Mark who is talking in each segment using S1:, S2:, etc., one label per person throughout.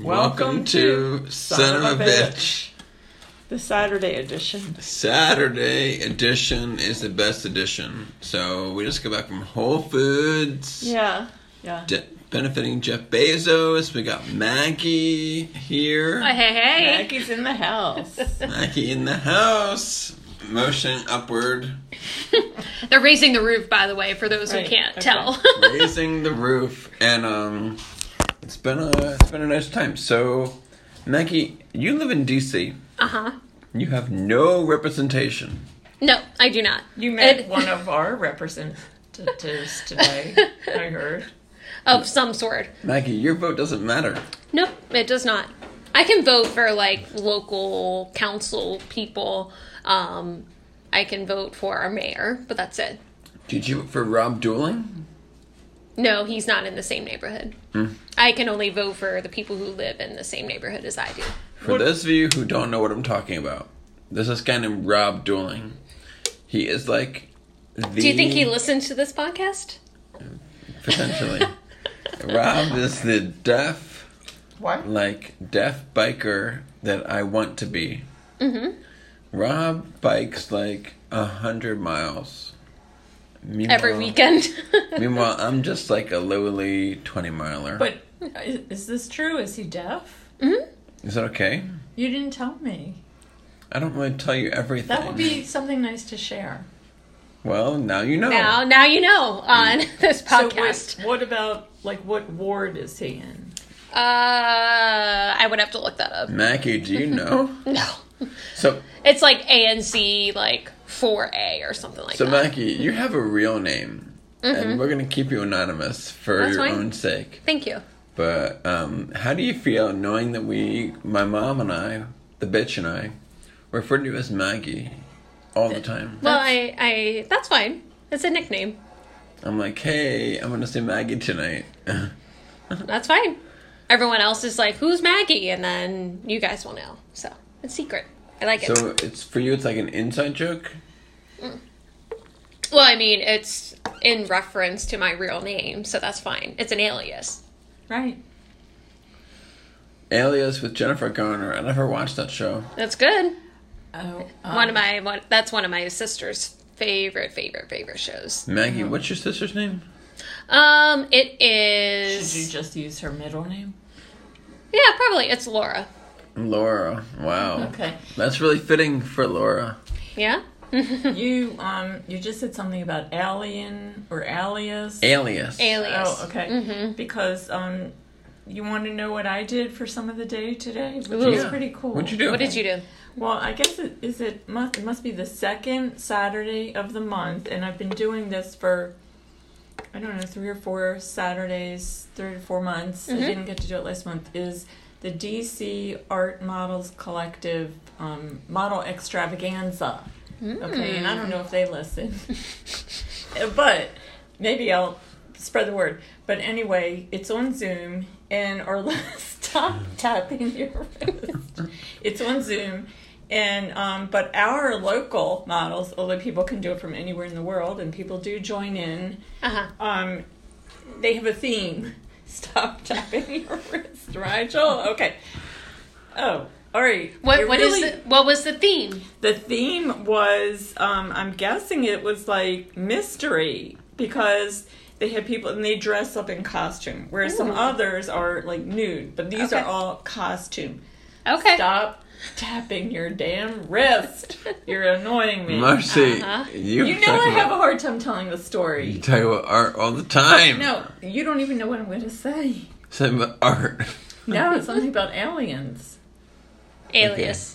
S1: Welcome to Son of a Bitch.
S2: The Saturday edition.
S1: Saturday edition is the best edition. So we just got back from Whole Foods.
S2: Yeah. Yeah.
S1: De- benefiting Jeff Bezos. We got Maggie here.
S3: Oh, Hey, hey,
S2: Maggie's in the house.
S1: Maggie in the house. Motion upward,
S3: hey. They're raising the roof, by the way, for those
S2: Right,
S3: who can't
S2: okay.
S3: tell.
S1: raising the roof, and um, it's been a it's been a nice time. So, Maggie, you live in D.C.
S3: uh huh.
S1: You have no representation.
S3: No, I do not.
S4: You met
S3: It-
S4: one of our representatives today, I heard.
S3: Of some sort.
S1: Maggie, your vote doesn't matter.
S3: Nope, it does not. I can vote for like local council people. Um, I can vote for our mayor, but that's it.
S1: Did you vote for Rob Dooling?
S3: No, he's not in the same neighborhood. I can only vote for the people who live in the same neighborhood as I do.
S1: For those of you who don't know what I'm talking about, there's this guy named Rob Dooling. He is like the
S3: Do you think he listens to this podcast?
S1: potentially. Rob is the deaf
S4: What?
S1: like deaf biker that I want to be. Mm-hmm. Rob bikes like a hundred miles. Meanwhile,
S3: Every weekend.
S1: meanwhile, I'm just like a lowly twenty miler.
S4: But is, is this true? Is he deaf?
S1: is that okay?
S4: You didn't tell me.
S1: I don't really tell you everything.
S4: That would be something nice to share.
S1: well. Now you know.
S3: now, now you know on this
S4: So
S3: podcast.
S4: what, what about, like, what ward is he in?
S3: Uh, I would have to look that up.
S1: Mackie, do you know?
S3: No,
S1: so,
S3: it's like ANC, like four A or something like
S1: so
S3: that.
S1: Mackie, you have a real name, and we're gonna keep you anonymous for
S3: Mm-hmm. That's
S1: your
S3: fine.
S1: own sake.
S3: Thank you.
S1: But um, how do you feel knowing that we, my mom and I, the bitch and I, refer to you as Maggie all the time?
S3: Well, I, I, that's fine. It's a nickname.
S1: I'm like, hey, I'm gonna say Maggie tonight.
S3: That's fine. Everyone else is like, "Who's Maggie?" And then you guys will know. So it's secret. I like it.
S1: so it's for you. It's like an inside joke.
S3: well, I mean, it's in reference to my real name, so that's fine. It's an alias.
S4: Right.
S1: Alias with Jennifer Garner. I never watched that show.
S3: That's good.
S4: Oh,
S3: one of my, one, that's one of my sister's favorite, favorite, favorite shows.
S1: Maggie, what's your sister's name?
S3: Um, it
S4: Did
S3: is.
S4: you just use her middle name?
S3: Yeah, probably. It's Laura.
S1: Laura. Wow.
S4: Okay.
S1: That's really fitting for Laura.
S3: Yeah?
S4: you um, you just said something about alien or alias.
S1: Alias.
S3: Alias. Mm-hmm.
S4: Oh, okay. Because um, you want to know what I did for some of the day today, which
S3: Ooh.
S4: is
S1: Yeah.
S4: pretty cool.
S1: What'd you do?
S3: What did you do?
S4: Well, I guess it is it must it must be the second Saturday of the month, and I've been doing this for I don't know three or four Saturdays, three to four months. I didn't get to do it last month. Is the DC Art Models Collective um, Model Extravaganza? Okay, and I don't know if they listen, but maybe I'll spread the word. But anyway, it's on Zoom, and our last stop tapping your wrist. It's on Zoom, and um, but our local models, although people can do it from anywhere in the world, and people do join in.
S3: Uh huh.
S4: Um, they have a theme. Stop tapping your wrist, Rigel. Okay. Oh, all right.
S3: What
S4: It
S3: what is
S4: really-
S3: the, what was the theme?
S4: the theme was um, i'm guessing it was like mystery because they had people and they dress up in costume whereas some others are like nude but these
S3: Okay.
S4: are all costume
S3: Okay.
S4: stop tapping your damn wrist you're annoying me
S1: Marcy,
S3: Uh-huh.
S1: you,
S4: you know i have a hard time telling the
S1: You
S4: story
S1: talk about art all the time.
S4: no you don't even know what i'm going to say
S1: Something about art.
S4: now it's something about aliens
S3: Alias.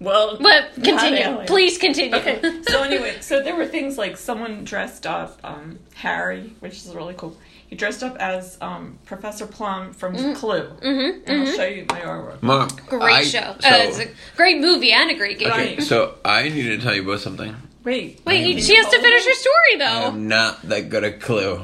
S4: well
S3: But
S4: alias.
S3: continue. Please continue.
S4: Okay. So anyway, so there were things like someone dressed up um, Harry, which is really cool. He dressed up as um, Professor Plum from
S3: Mm.
S4: Clue, and I'll show you my artwork.
S1: Mom.
S3: Mm-hmm. Great
S1: I-
S3: show.
S1: So,
S3: uh, it's a great movie and a great game.
S1: okay,
S4: Right.
S1: so I need to tell you both something.
S4: Wait,
S3: Wait, you, she has to finish her story
S4: Oh.
S3: though.
S1: I'm not that good at Clue.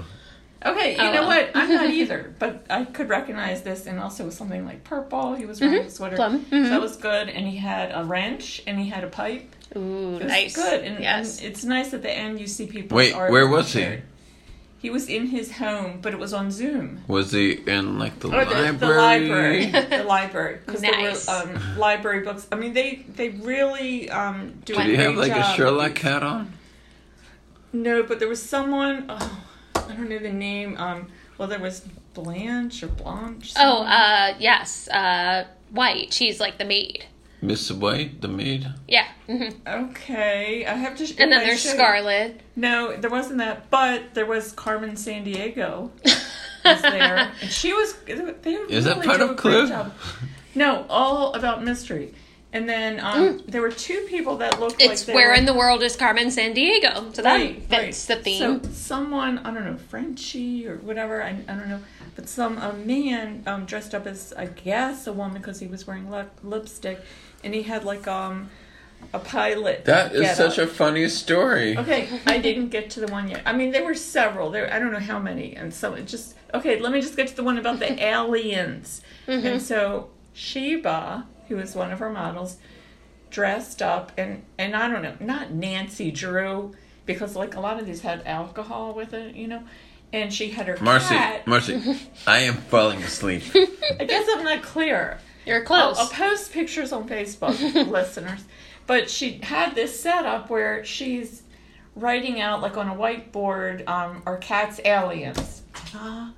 S4: Okay, you
S3: Oh,
S4: know
S3: well.
S4: what? I'm not either, but I could recognize this, and also with something like purple. He was wearing a sweater,
S3: Mm-hmm. Plum.
S4: so that was good. And he had a wrench, and he had a pipe.
S3: Ooh,
S4: It was
S3: nice.
S4: good, and,
S3: yes.
S4: and it's nice at the end you see people.
S1: Wait, where was he?
S4: He was in his home, but it was on Zoom.
S1: Was he in like the
S4: Or
S1: library?
S4: the library, the library, because
S3: Nice.
S4: there were um, library books. I mean, they they really um, do
S1: Did
S4: a
S1: he have
S4: great
S1: like a
S4: job.
S1: Sherlock hat on?
S4: No, but there was someone. Oh, I don't know the name. Um, well, there was Blanche or Blanche.
S3: Oh, uh, yes, uh, White. She's like the maid.
S1: Miss White, the maid.
S3: Yeah. mhm.
S4: Okay, I have to. sh-
S3: And then
S4: I
S3: there's
S4: should-
S3: Scarlet.
S4: No, there wasn't that, but there was Carmen San Diego. Was there? and she was. They
S1: Is that
S4: really
S1: part
S4: do
S1: of
S4: a great
S1: Clue?
S4: job. No, all about mystery. And then um, there were two people that looked like
S3: Mm. It's
S4: they
S3: where
S4: were,
S3: in the world is Carmen San Diego? So that
S4: Right,
S3: fits
S4: right.
S3: the theme.
S4: So someone, I don't know, Frenchie or whatever, I, I don't know, but some a man um, dressed up as I guess a woman because he was wearing lip, lipstick, and he had like um a pilot.
S1: That is
S4: getup.
S1: such a funny story.
S4: Okay, I didn't get to the one yet. I mean, there were several. There, I don't know how many, and so it just okay. Let me just get to the one about the aliens. And so Sheba, who is one of her models, dressed up and and I don't know, not Nancy Drew, because like a lot of these had alcohol with it, you know. And she had her
S1: Marcy,
S4: cat.
S1: Marcy, I am falling asleep.
S4: I guess I'm not clear.
S3: You're close.
S4: I'll, I'll post pictures on Facebook, listeners. But she had this setup where she's writing out, like on a whiteboard, um, our cat's aliens.
S3: Her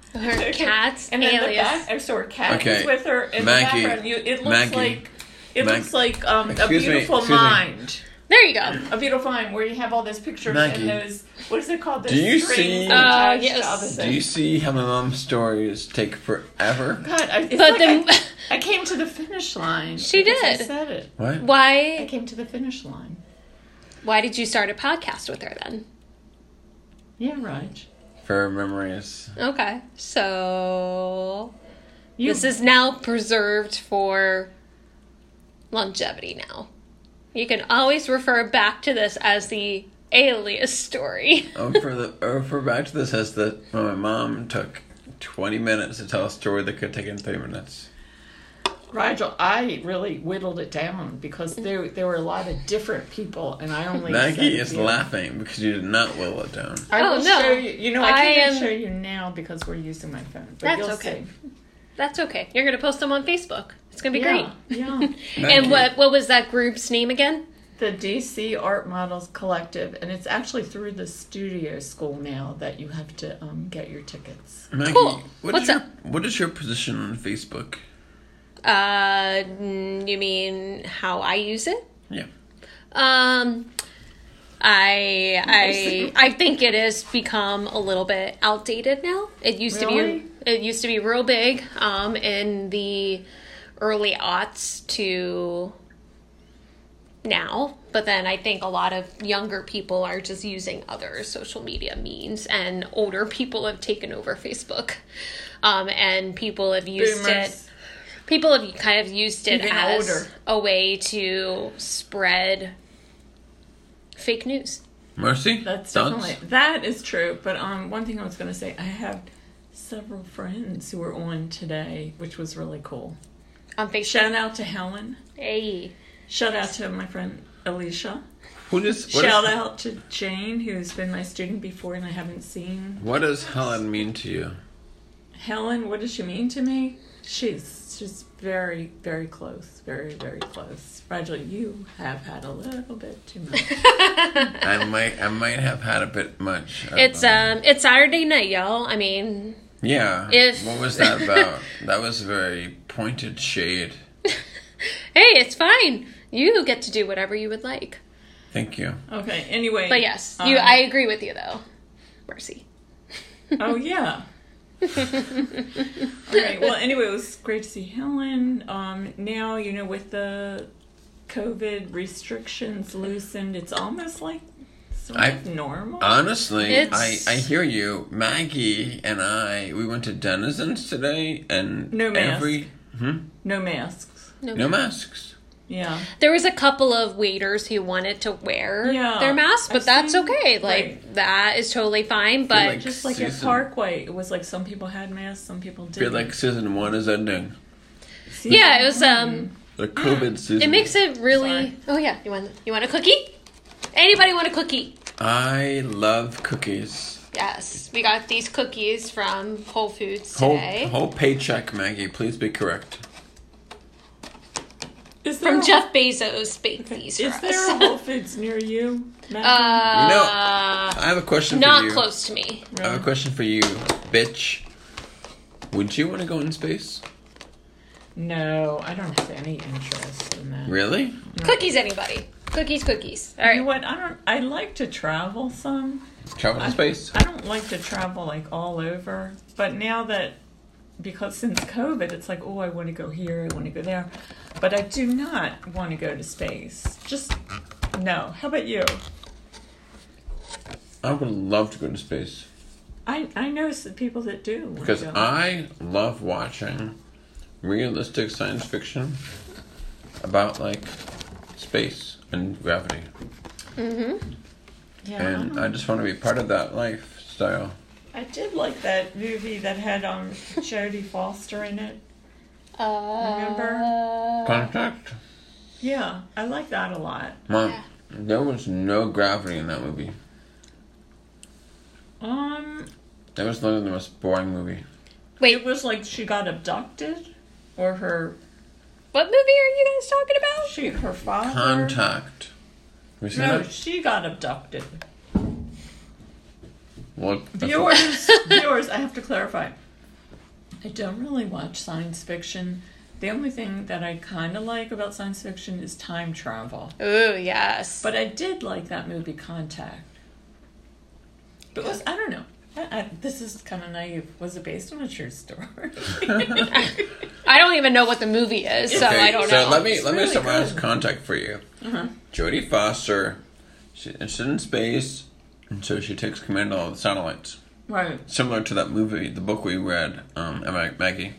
S3: cat's
S4: And then the
S3: Ah, alias.
S4: back, I saw her cat
S1: Okay.
S4: is with her in
S1: Maggie.
S4: the background. You, it looks
S1: Maggie.
S4: like it
S1: Mag-
S4: looks like um, a
S1: Excuse me,
S4: beautiful
S1: excuse me.
S4: mind.
S3: There you go.
S4: A beautiful mind where you have all those pictures
S1: Maggie.
S4: and those what is it called? Those
S1: Do you
S4: strings
S1: see-
S4: attached
S3: Uh,
S4: to
S3: yes.
S4: other
S1: Do you
S4: things.
S1: see how my mom's stories take forever?
S4: God, I, it's
S3: But
S4: like
S3: then-
S4: I, I came to the finish line.
S3: She
S4: because I
S3: did.
S4: said it.
S1: What?
S4: I
S3: Why?
S4: came to the finish line.
S3: Why did you start a podcast with her then?
S4: Yeah, right.
S1: For memories.
S3: Okay, so
S4: You,
S3: this is now preserved for longevity. Now you can always refer back to this as the alias story.
S1: Oh, for the oh, for back to this as the well, my mom took twenty minutes to tell a story that could take in three minutes.
S4: Rigel, I really whittled it down because there there were a lot of different people, and I only.
S1: Maggie
S4: said
S1: is
S4: you.
S1: laughing because you did not will it down.
S4: I will
S3: Oh, no.
S4: show you. You know, I,
S3: I
S4: can't
S3: am-
S4: show you now because we're using my phone. But
S3: That's
S4: you'll
S3: okay.
S4: see.
S3: That's okay. You're gonna post them on Facebook. It's gonna be
S4: Yeah, yeah.
S3: great. And what what was that group's name again?
S4: the DC Art Models Collective, and it's actually through the Studio School now that you have to um, get your tickets.
S1: Maggie,
S3: Cool.
S1: what
S3: What's
S1: is your,
S3: up?
S1: What is your position on Facebook?
S3: Uh, mm, you mean how I use it?
S1: Yeah.
S3: Um, I I I think it has become a little bit outdated now. It used
S4: Really?
S3: to be it used to be real big um, in the early aughts to now, but then I think a lot of younger people are just using other social media means, and older people have taken over Facebook, um, and people have used it
S4: Boomers.
S3: people have kind of used it
S4: Even
S3: as
S4: older.
S3: a way to spread fake news.
S1: Mercy?
S4: That's
S1: Thoughts?
S4: definitely that is true. But um, one thing I was going to say, I have several friends who were on today, which was really cool.
S3: On Facebook.
S4: Shout out to Helen.
S3: Hey.
S4: Shout out to my friend Alicia.
S1: Who does what,
S4: Shout
S1: is-
S4: out to Jane, who's been my student before and I haven't seen.
S1: what does Helen mean to you?
S4: Helen, what does she mean to me? She's just very, very close. Very, very close. Rigel, you have had a little bit too much.
S1: I might I might have had a bit much. of,
S3: It's um it's Saturday night, y'all. I mean
S1: Yeah.
S3: if-
S1: what was that about? that was a very pointed shade.
S3: hey, it's fine. You get to do whatever you would like.
S1: Thank you.
S4: Okay, anyway.
S3: But yes, you
S4: um,
S3: I agree with you though. Mercy.
S4: Oh yeah. All right. Well, anyway, it was great to see Helen. Um, now you know with the COVID restrictions loosened, it's almost like sort
S1: I-
S4: of normal.
S1: Honestly,
S3: It's-
S1: I, I hear you. Maggie and I, we went to Denizens today and
S4: No mask.
S1: every hmm?
S4: no masks.
S1: no masks.
S4: Yeah.
S3: There was a couple of waiters who wanted to wear
S4: Yeah,
S3: their masks, but
S4: I've
S3: that's
S4: seen-
S3: okay. Like
S4: right.
S3: that is totally fine. But
S1: like-
S4: Just like at
S1: Season.
S4: Parkway, it was like some people had masks, some people
S1: I feel
S4: didn't.
S1: like season one is ending.
S4: Season-
S3: yeah, it was um
S1: The COVID season.
S3: It makes it really.
S4: Sorry.
S3: Oh yeah, you want you want a cookie? Anybody want a cookie?
S1: I love cookies.
S3: Yes, we got these cookies from Whole Foods
S1: Whole,
S3: today.
S1: whole paycheck, Maggie. Please be correct.
S4: Is there
S3: From
S4: a,
S3: Jeff Bezos baked these for
S4: Is
S3: us.
S4: there a Whole Foods near you? Maggie?
S3: uh,
S1: I have a question for
S3: not
S1: you.
S3: close to me.
S1: I have a question for you, bitch. Would you want to go in space?
S4: No, I don't have any interest in that.
S1: Really?
S3: Cookies, anybody? Cookies, cookies. All
S4: You know
S3: right.
S4: what? I don't. I like to travel some.
S1: Travel to space?
S4: I don't like to travel like all over, but now that because since COVID, it's like, oh, I want to go here, I want to go there, but I do not want to go to space. Just no. How about you?
S1: I would love to go to space
S4: I I know some people that do. wanna
S1: because
S4: go.
S1: I love watching realistic science fiction about like space and gravity,
S4: yeah, I,
S1: and
S4: don't-
S1: I just want to be part of that lifestyle.
S4: I did like that movie that had um Jodie Foster in it.
S3: Uh,
S4: Remember?
S1: Contact,
S4: Yeah, I like that a lot.
S1: mom.
S3: Yeah.
S1: There was no gravity in that movie.
S4: Um,
S1: That was literally the most boring movie.
S4: it was like she got abducted, or her
S3: What movie are you guys talking about?
S4: she her father.
S1: Contact. We see
S4: Uh-huh. No,
S1: that?
S4: she got abducted.
S1: Well, that's what-
S4: Viewers, viewers, I have to clarify. I don't really watch science fiction. The only thing that I kind of like about science fiction is time travel.
S3: Oh yes.
S4: But I did like that movie Contact. But was I don't know. I, I, this is kind of naive. Was it based on a true story?
S3: I don't even know what the movie is, so
S1: okay,
S3: I don't know.
S1: So let me
S4: It's
S1: let me
S4: really
S1: summarize
S4: good.
S1: contact for you. Jodie Foster, she, she's in space, and so she takes command of all the satellites.
S4: right.
S1: Similar to that movie, the book we read, um, Mag- Maggie,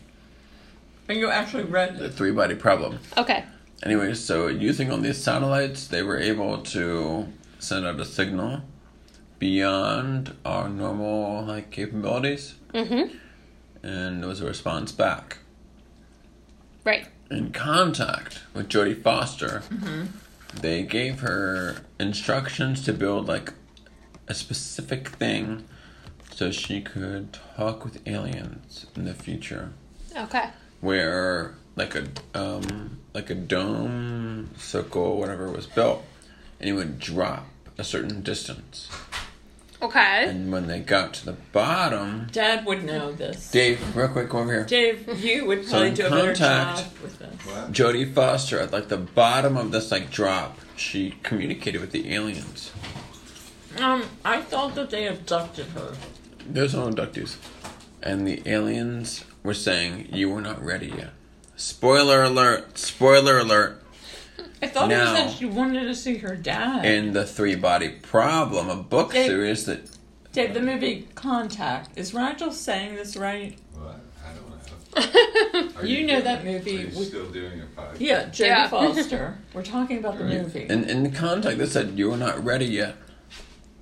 S4: And you actually read
S1: the
S4: it.
S1: Three Body Problem.
S3: Okay.
S1: Anyway, so using all these satellites, they were able to send out a signal beyond our normal like capabilities, mm-hmm. and there was a response back.
S3: Right.
S1: in contact with Jodie Foster, they gave her instructions to build like a specific thing so she could talk with aliens in the future,
S3: Okay.
S1: where like a um like a dome circle whatever was built, and it would drop a certain distance,
S3: Okay.
S1: and when they got to the bottom,
S4: Dad would know this.
S1: Dave, real quick over here.
S4: Dave, you would probably
S1: in
S4: do a better
S1: Contact-
S4: job with this.
S1: Jodie Foster at like the bottom of this like drop, she communicated with the aliens.
S4: Um, I thought that they abducted her.
S1: There's no abductees. And the aliens were saying, You were not ready yet. Spoiler alert! Spoiler alert!
S4: I thought
S1: No.
S4: it was that she wanted to see her dad.
S1: In the Three Body Problem, a book
S4: They-
S1: series that.
S4: Dave, the movie Contact. Is Rigel saying this right?
S5: Well, I don't know. Are
S4: You know
S5: doing
S4: that
S5: it?
S4: movie
S5: Are you
S4: with-
S5: still doing a podcast?
S4: Yeah, Jodie
S3: Yeah.
S4: Foster. We're talking about the movie.
S1: In, in the contact that said, You were not ready yet.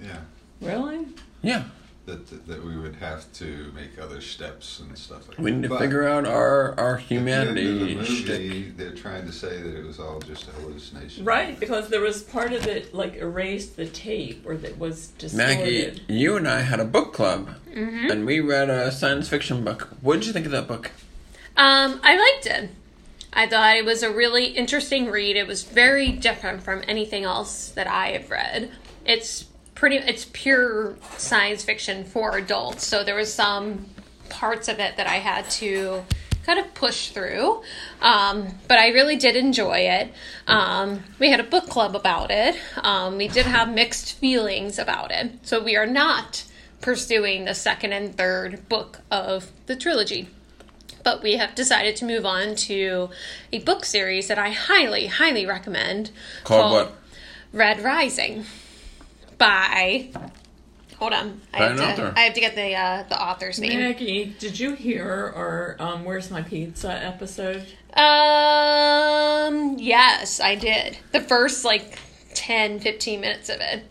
S5: Yeah.
S4: Really?
S1: Yeah.
S5: That, that, that we would have to make other steps and stuff like that.
S1: We need to
S5: But
S1: figure out our, our
S5: at the end of the
S1: humanity shtick.
S5: movie, they're trying to say that it was all just a hallucination.
S4: Right, because there was part of it like erased the tape or that was distorted.
S1: Maggie, you and I had a book club,
S3: Mm-hmm.
S1: and we read a science fiction book. What did you think of that book?
S3: Um, I liked it. I thought it was a really interesting read. It was very different from anything else that I have read. It's pretty it's pure science fiction for adults, so there was some parts of it that I had to kind of push through. Um, but I really did enjoy it. Um, we had a book club about it. Um, we did have mixed feelings about it. So we are not pursuing the second and third book of the trilogy but we have decided to move on to a book series that I highly, highly recommend
S1: Called what?
S3: Red Rising by. Hold on, I
S1: By
S3: have,
S1: an author.
S3: to, I have to get the uh, the author's name.
S4: Maggie, did you hear our um, Where's My Pizza episode?
S3: Um, yes, I did the first like 10, 15 minutes of it.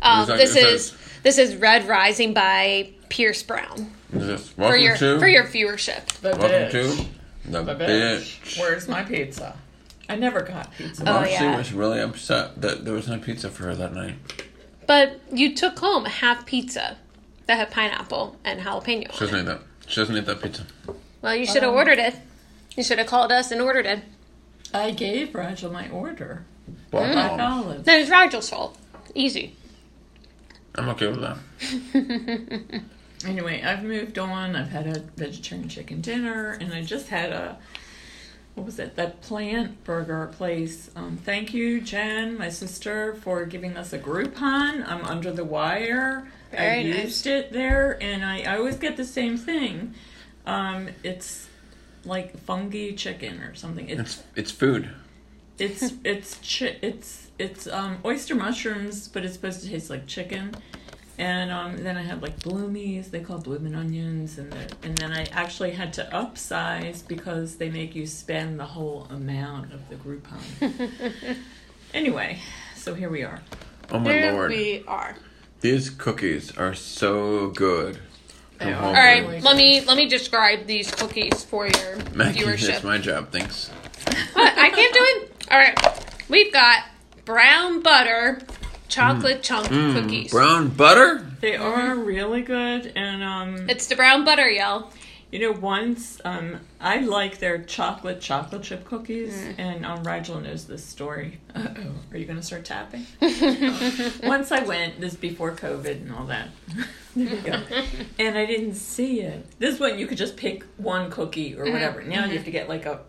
S3: Um,
S1: Exactly,
S3: this
S1: it
S3: is
S1: says-
S3: this is Red Rising by Pierce Brown
S1: Is this
S3: for
S1: Welcome
S3: your
S1: to.
S3: for your viewership.
S4: The
S1: Welcome
S4: bitch.
S1: to the,
S4: The
S1: bitch.
S4: bitch. Where's my pizza? I never got pizza.
S3: Oh,
S1: Marcy
S3: yeah.
S1: was really upset that there was no pizza for her that night.
S3: But you took home half pizza. that had pineapple and jalapeno.
S1: She
S3: on it.
S1: doesn't eat that. She doesn't eat that pizza.
S3: Well, you
S4: Um,
S3: should have ordered it. You should have called us and ordered it.
S4: I gave Rachel my order.
S1: Black
S3: Mm.
S1: olives.
S4: Olive.
S3: No, it's Rigel's fault. Easy.
S1: I'm okay with that.
S4: Anyway, I've moved on. I've had a vegetarian chicken dinner, and I just had a what was it? That plant burger place. Um, thank you, Jen, my sister, for giving us a Groupon. I'm under the wire. I
S3: Very nice.
S4: used it there, and I, I always get the same thing. Um, it's like fungi chicken or something. It's
S1: It's it's food.
S4: it's it's chi- it's it's um, oyster mushrooms, but it's supposed to taste like chicken. And um, then I had like bloomies, they call bloomin' onions, and the, and then I actually had to upsize because they make you spend the whole amount of the Groupon. anyway, so here we are.
S1: Oh my
S3: There
S1: lord.
S3: we are.
S1: These cookies are so good.
S4: They are.
S1: All
S3: All right, let me let me describe these cookies for your
S1: Maggie,
S3: viewership.
S1: that's my job. Thanks.
S3: What? I can't do it. All right, we've got brown butter chocolate chunk cookies.
S1: Mm. Brown butter?
S4: They are really good, and um,
S3: It's the brown butter, y'all.
S4: you know, once um, I like their chocolate chocolate chip cookies, and um, Rigel knows this story. Uh oh, are you going to start tapping? Oh. once I went, this is before COVID and all that. there you go. and I didn't see it. This one you could just pick one cookie or whatever. Now you have to get like a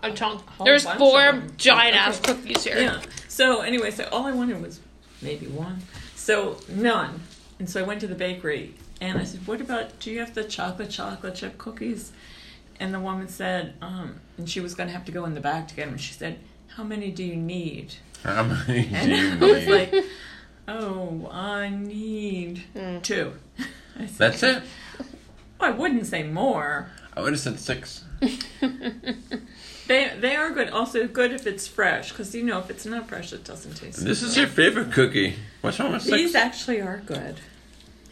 S3: A chunk.
S4: whole
S3: There's
S4: bunch of
S3: four
S4: them.
S3: giant
S4: Okay.
S3: ass cookies here.
S4: yeah. So anyway, so all I wanted was maybe one. So none. And so I went to the bakery and I said, "What about? Do you have the chocolate chocolate chip cookies?" And the woman said, um, and she was going to have to go in the back to get them. She said, "How many do you need?"
S1: How many do
S4: And
S1: you
S4: I was
S1: need?
S4: like, "Oh, I need two." I said,
S1: That's it?
S4: "Well, I wouldn't say more.
S1: I would have said six.
S4: They they are good. Also good if it's fresh, because you know if it's not fresh, it doesn't taste.
S1: This
S4: good.
S1: is your favorite cookie. What's wrong with
S4: These
S1: six?
S4: actually are good.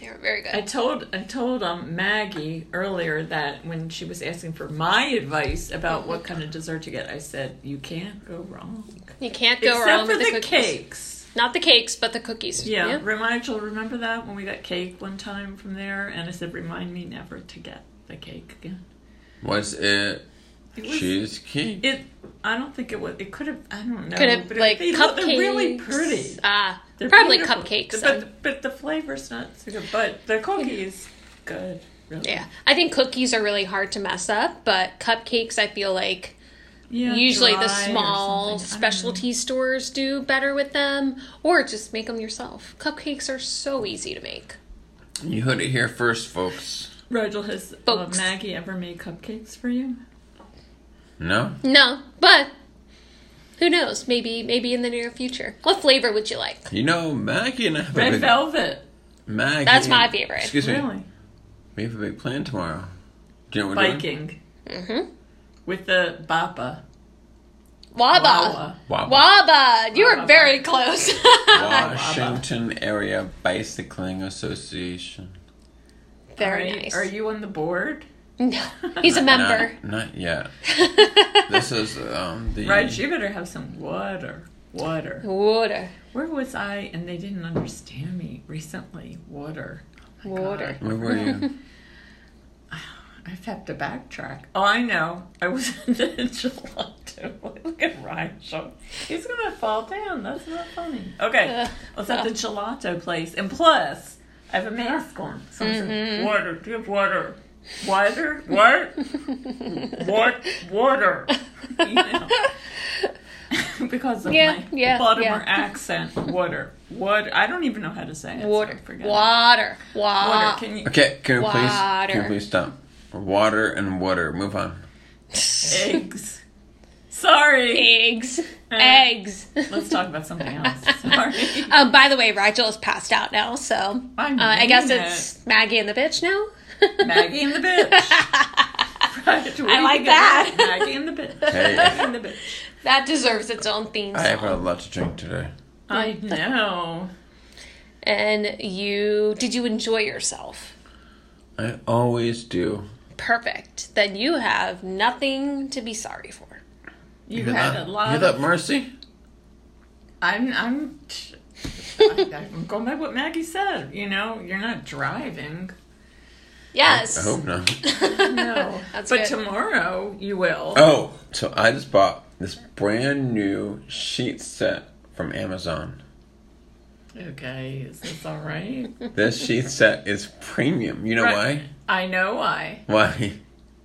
S3: They're very good.
S4: I told I told um, Maggie earlier that when she was asking for my advice about what kind of dessert to get, I said you can't go wrong.
S3: you can't go
S4: Except
S3: wrong
S4: for
S3: with
S4: the,
S3: the, cookies.
S4: cakes.
S3: Not the cakes, but the cookies.
S4: Yeah, remind you'll remember that when we got cake one time from there, and I said remind me never to get the cake again.
S1: Was it
S4: It was-
S1: cheesecake?
S4: It. I don't think it was. It could have. I don't know.
S3: Could have
S4: but it-
S3: like
S4: they look-
S3: cupcakes.
S4: They're really pretty.
S3: Ah,
S4: They're
S3: probably
S4: beautiful.
S3: cupcakes.
S4: But
S3: then.
S4: but the flavor's not so good. But the cookie is good. Really.
S3: yeah, I think cookies are really hard to mess up, but cupcakes, I feel like
S4: Yeah,
S3: usually
S4: dry
S3: the
S4: or something.
S3: small
S4: I don't know.
S3: specialty stores do better with them or just make them yourself cupcakes are so easy to make
S1: You heard it here first, folks.
S4: Rigel, has uh,
S3: Folks.
S4: Maggie ever made cupcakes for you?
S1: No?
S3: no but who knows maybe maybe in the near future what flavor would you like
S1: You know, Maggie and I have a
S4: Red
S1: big...
S4: velvet.
S1: Maggie...
S3: That's my favorite.
S1: Excuse me.
S4: Really?
S1: We have a big plan tomorrow. Do you know what we're doing?
S4: Biking.
S3: Mhm.
S4: With the Bappa.
S3: waba
S4: Wawa.
S1: Wow.
S3: waba you were
S4: Waba.
S3: very close
S1: Washington Area Bicycling Association.
S3: very
S4: are you,
S3: nice
S4: Are you on the board?
S3: no he's a member
S1: Not, not yet. this is um the
S4: Reg, you better have some water. Water.
S3: water
S4: Where was I and they didn't understand me recently? Water. Oh my
S3: Water.
S1: Where were you?
S4: God. I've had to backtrack. Oh, I know. I was at the gelato. Look at Rigel. He's going to fall down. That's not funny. Okay. I was at the gelato place. And plus, I have a mask on. So I'm
S3: Mm-hmm.
S4: saying, water. Do you have water? Water? What? what? Water. You know. because of
S3: Yeah,
S4: my
S3: yeah,
S4: Baltimore
S3: yeah.
S4: accent. Water. Water. I don't even know how to say it. so
S3: water Ah.
S4: I forget.
S3: water
S4: Water.
S3: water
S4: Can you?
S1: Okay, can we please can
S3: Water.
S1: we please stop? Water and water. Move on.
S4: Eggs. Sorry.
S3: eggs eggs
S4: Let's talk about something else. Sorry.
S3: Um, by the way, Rigel is passed out now, so uh,
S4: I'm
S3: I guess
S4: doing
S3: it's Maggie and the bitch now.
S4: Maggie and the bitch. Right, what do you
S3: like
S4: think of
S3: that.
S4: Maggie and the bitch. Maggie
S1: Hey,
S4: and the bitch.
S3: that deserves its own theme
S1: I
S3: song.
S1: have a lot to drink today.
S4: I know.
S3: And you, did you enjoy yourself?
S1: I always do.
S3: Perfect. Then you have nothing to be sorry for.
S4: You
S1: Hear
S4: had
S1: that?
S4: a
S1: Hear
S4: lot.
S1: that,
S4: Of,
S1: Mercy?
S4: I'm. I'm. I'm going by what Maggie said. You know, you're not driving.
S3: Yes.
S1: I hope not.
S4: No.
S3: That's
S4: but
S3: good.
S4: tomorrow you will.
S1: Oh, so I just bought this brand new sheet set from Amazon.
S4: Okay, is this all right?
S1: This sheet set is premium. You know
S4: Right. I know why.
S1: why? Why?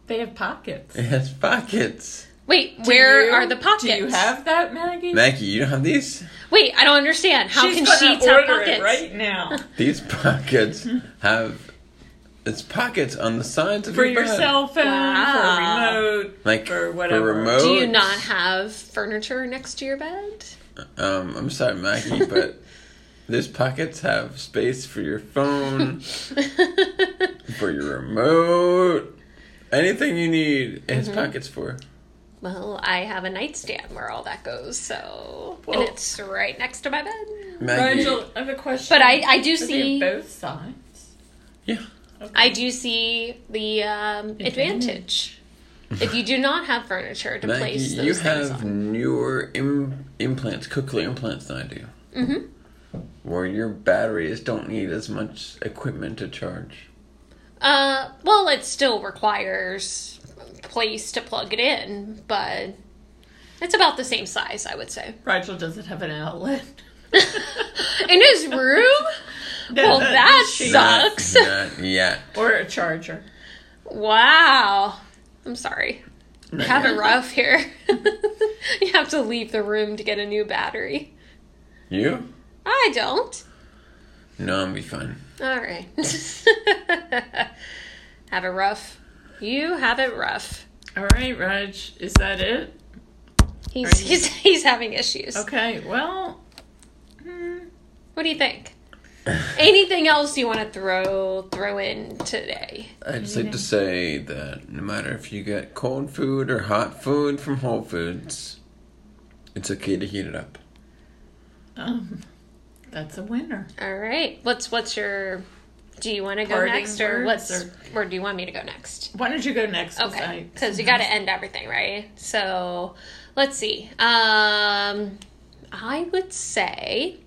S4: They have pockets.
S1: It has pockets.
S3: Wait,
S4: Do
S3: where
S4: you-
S3: are the pockets?
S4: Do you have that, Maggie?
S1: Maggie, you don't have these?
S3: Wait, I don't understand. How
S4: She's
S3: can
S4: gonna
S3: sheets
S4: order
S3: have pockets?
S4: It right now
S1: These pockets have it's pockets on the sides of
S4: for
S1: your
S4: your
S1: bed.
S4: cell phone,
S3: Wow.
S4: for a remote.
S1: Like
S4: For
S1: for
S4: whatever.
S1: remote.
S3: Do you not have furniture next to your bed?
S1: Um, I'm sorry, Maggie, but these pockets have space for your phone, for your remote, anything you need. It has
S3: Mm-hmm.
S1: pockets for.
S3: well, I have a nightstand where all that goes, so
S4: Well-
S3: and it's right next to my bed.
S1: Maggie,
S4: Nigel, I have a question.
S3: But I, I do
S4: Do they have
S3: see
S4: both sides.
S1: yeah,
S3: I do see the um, advantage. If you do not have furniture to
S1: Maggie,
S3: place those
S1: you
S3: things
S1: have
S3: on.
S1: newer Im- implants, cochlear implants than I do.
S3: Mhm.
S1: Where your batteries don't need as much equipment to charge.
S3: Uh, well, it still requires place to plug it in, but it's about the same size, I would say.
S4: Rachel doesn't have an outlet.
S3: In his room? Well, that sucks.
S1: Not, not yet.
S4: Or a charger.
S3: Wow. I'm sorry.
S1: Not
S3: Have
S1: yet.
S3: it rough here. you have to leave the room to get a new battery.
S1: You?
S3: I don't.
S1: No, I'm be fine.
S3: All right. have it rough. You have it rough.
S4: All right, Raj, is that it?
S3: He's
S4: Are you-
S3: he's he's having issues.
S4: Okay, well,
S3: What do you think? Anything else you want to throw throw in today?
S1: I'd just like to say that no matter if you get cold food or hot food from Whole Foods, it's okay to heat it up.
S4: um, that's a winner.
S3: All right. What's what's your? Do you want to go
S4: Parting
S3: next, or
S4: words,
S3: what's,
S4: or-
S3: or do you want me to go next?
S4: Why don't you go next? 'Cause
S3: Okay,
S4: I-
S3: because you got to end everything, right? So, let's see. Um, I would say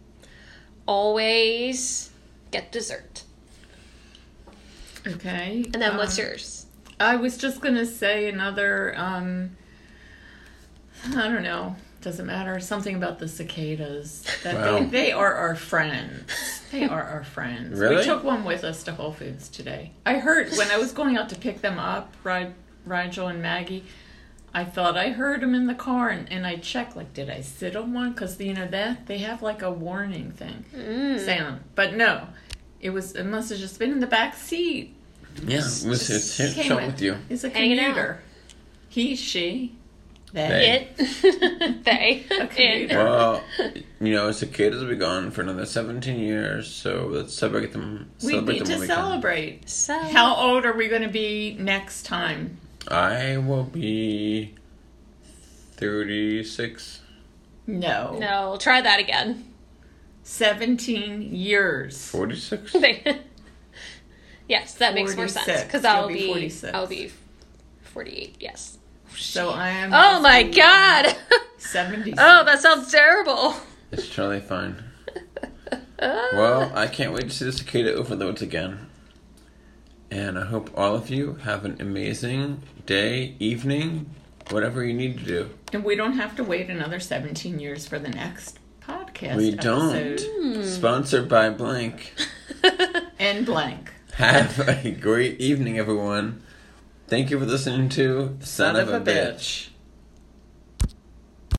S3: always get dessert.
S4: Okay.
S3: And then what's
S4: um,
S3: yours?
S4: I was just gonna say another. um I don't know. Doesn't matter. Something about the cicadas. That
S1: Wow.
S4: they, they are our friends. They are our friends. We
S1: Really?
S4: took one with us to Whole Foods today. I heard when I was going out to pick them up, Rig- Rigel and Maggie. I thought I heard them in the car, and, and I checked like, did I sit on one? Because you know that they have like a warning thing sound, but no, it was it must have just been in the back seat.
S1: Yeah, it was, it's
S4: Just
S1: here,
S4: came
S1: it's up
S4: in.
S1: with you.
S4: It's a
S3: Hanging out.
S4: commuter. He, she,
S1: They.
S4: they.
S3: It they
S4: Okay.
S3: it.
S1: Well, you know, cicadas will be gone for another 17 years, so let's celebrate them.
S4: We
S1: celebrate
S4: need
S1: them
S4: to
S1: while we can.
S4: celebrate.
S3: So
S4: How old are we going to be next time?
S1: I will be 36.
S4: No.
S3: no, try that again.
S4: 17 years.
S1: 46?
S3: They- yes, that makes more sense
S4: 46.
S3: because I'll
S4: You'll be
S3: be,
S4: 46.
S3: I'll be forty-eight. Yes.
S4: So I am.
S3: Oh my god!
S4: 70.
S3: Oh, that sounds terrible.
S1: It's totally fine. well, I can't wait to see the cicada overloads again. And I hope all of you have an amazing day, evening, whatever you need to do.
S4: And we don't have to wait another 17 years for the next podcast.
S1: we
S4: episode.
S1: don't. Sponsored by Blank.
S4: And blank.
S1: Have a great evening, everyone. Thank you for listening to Son, of, a bitch.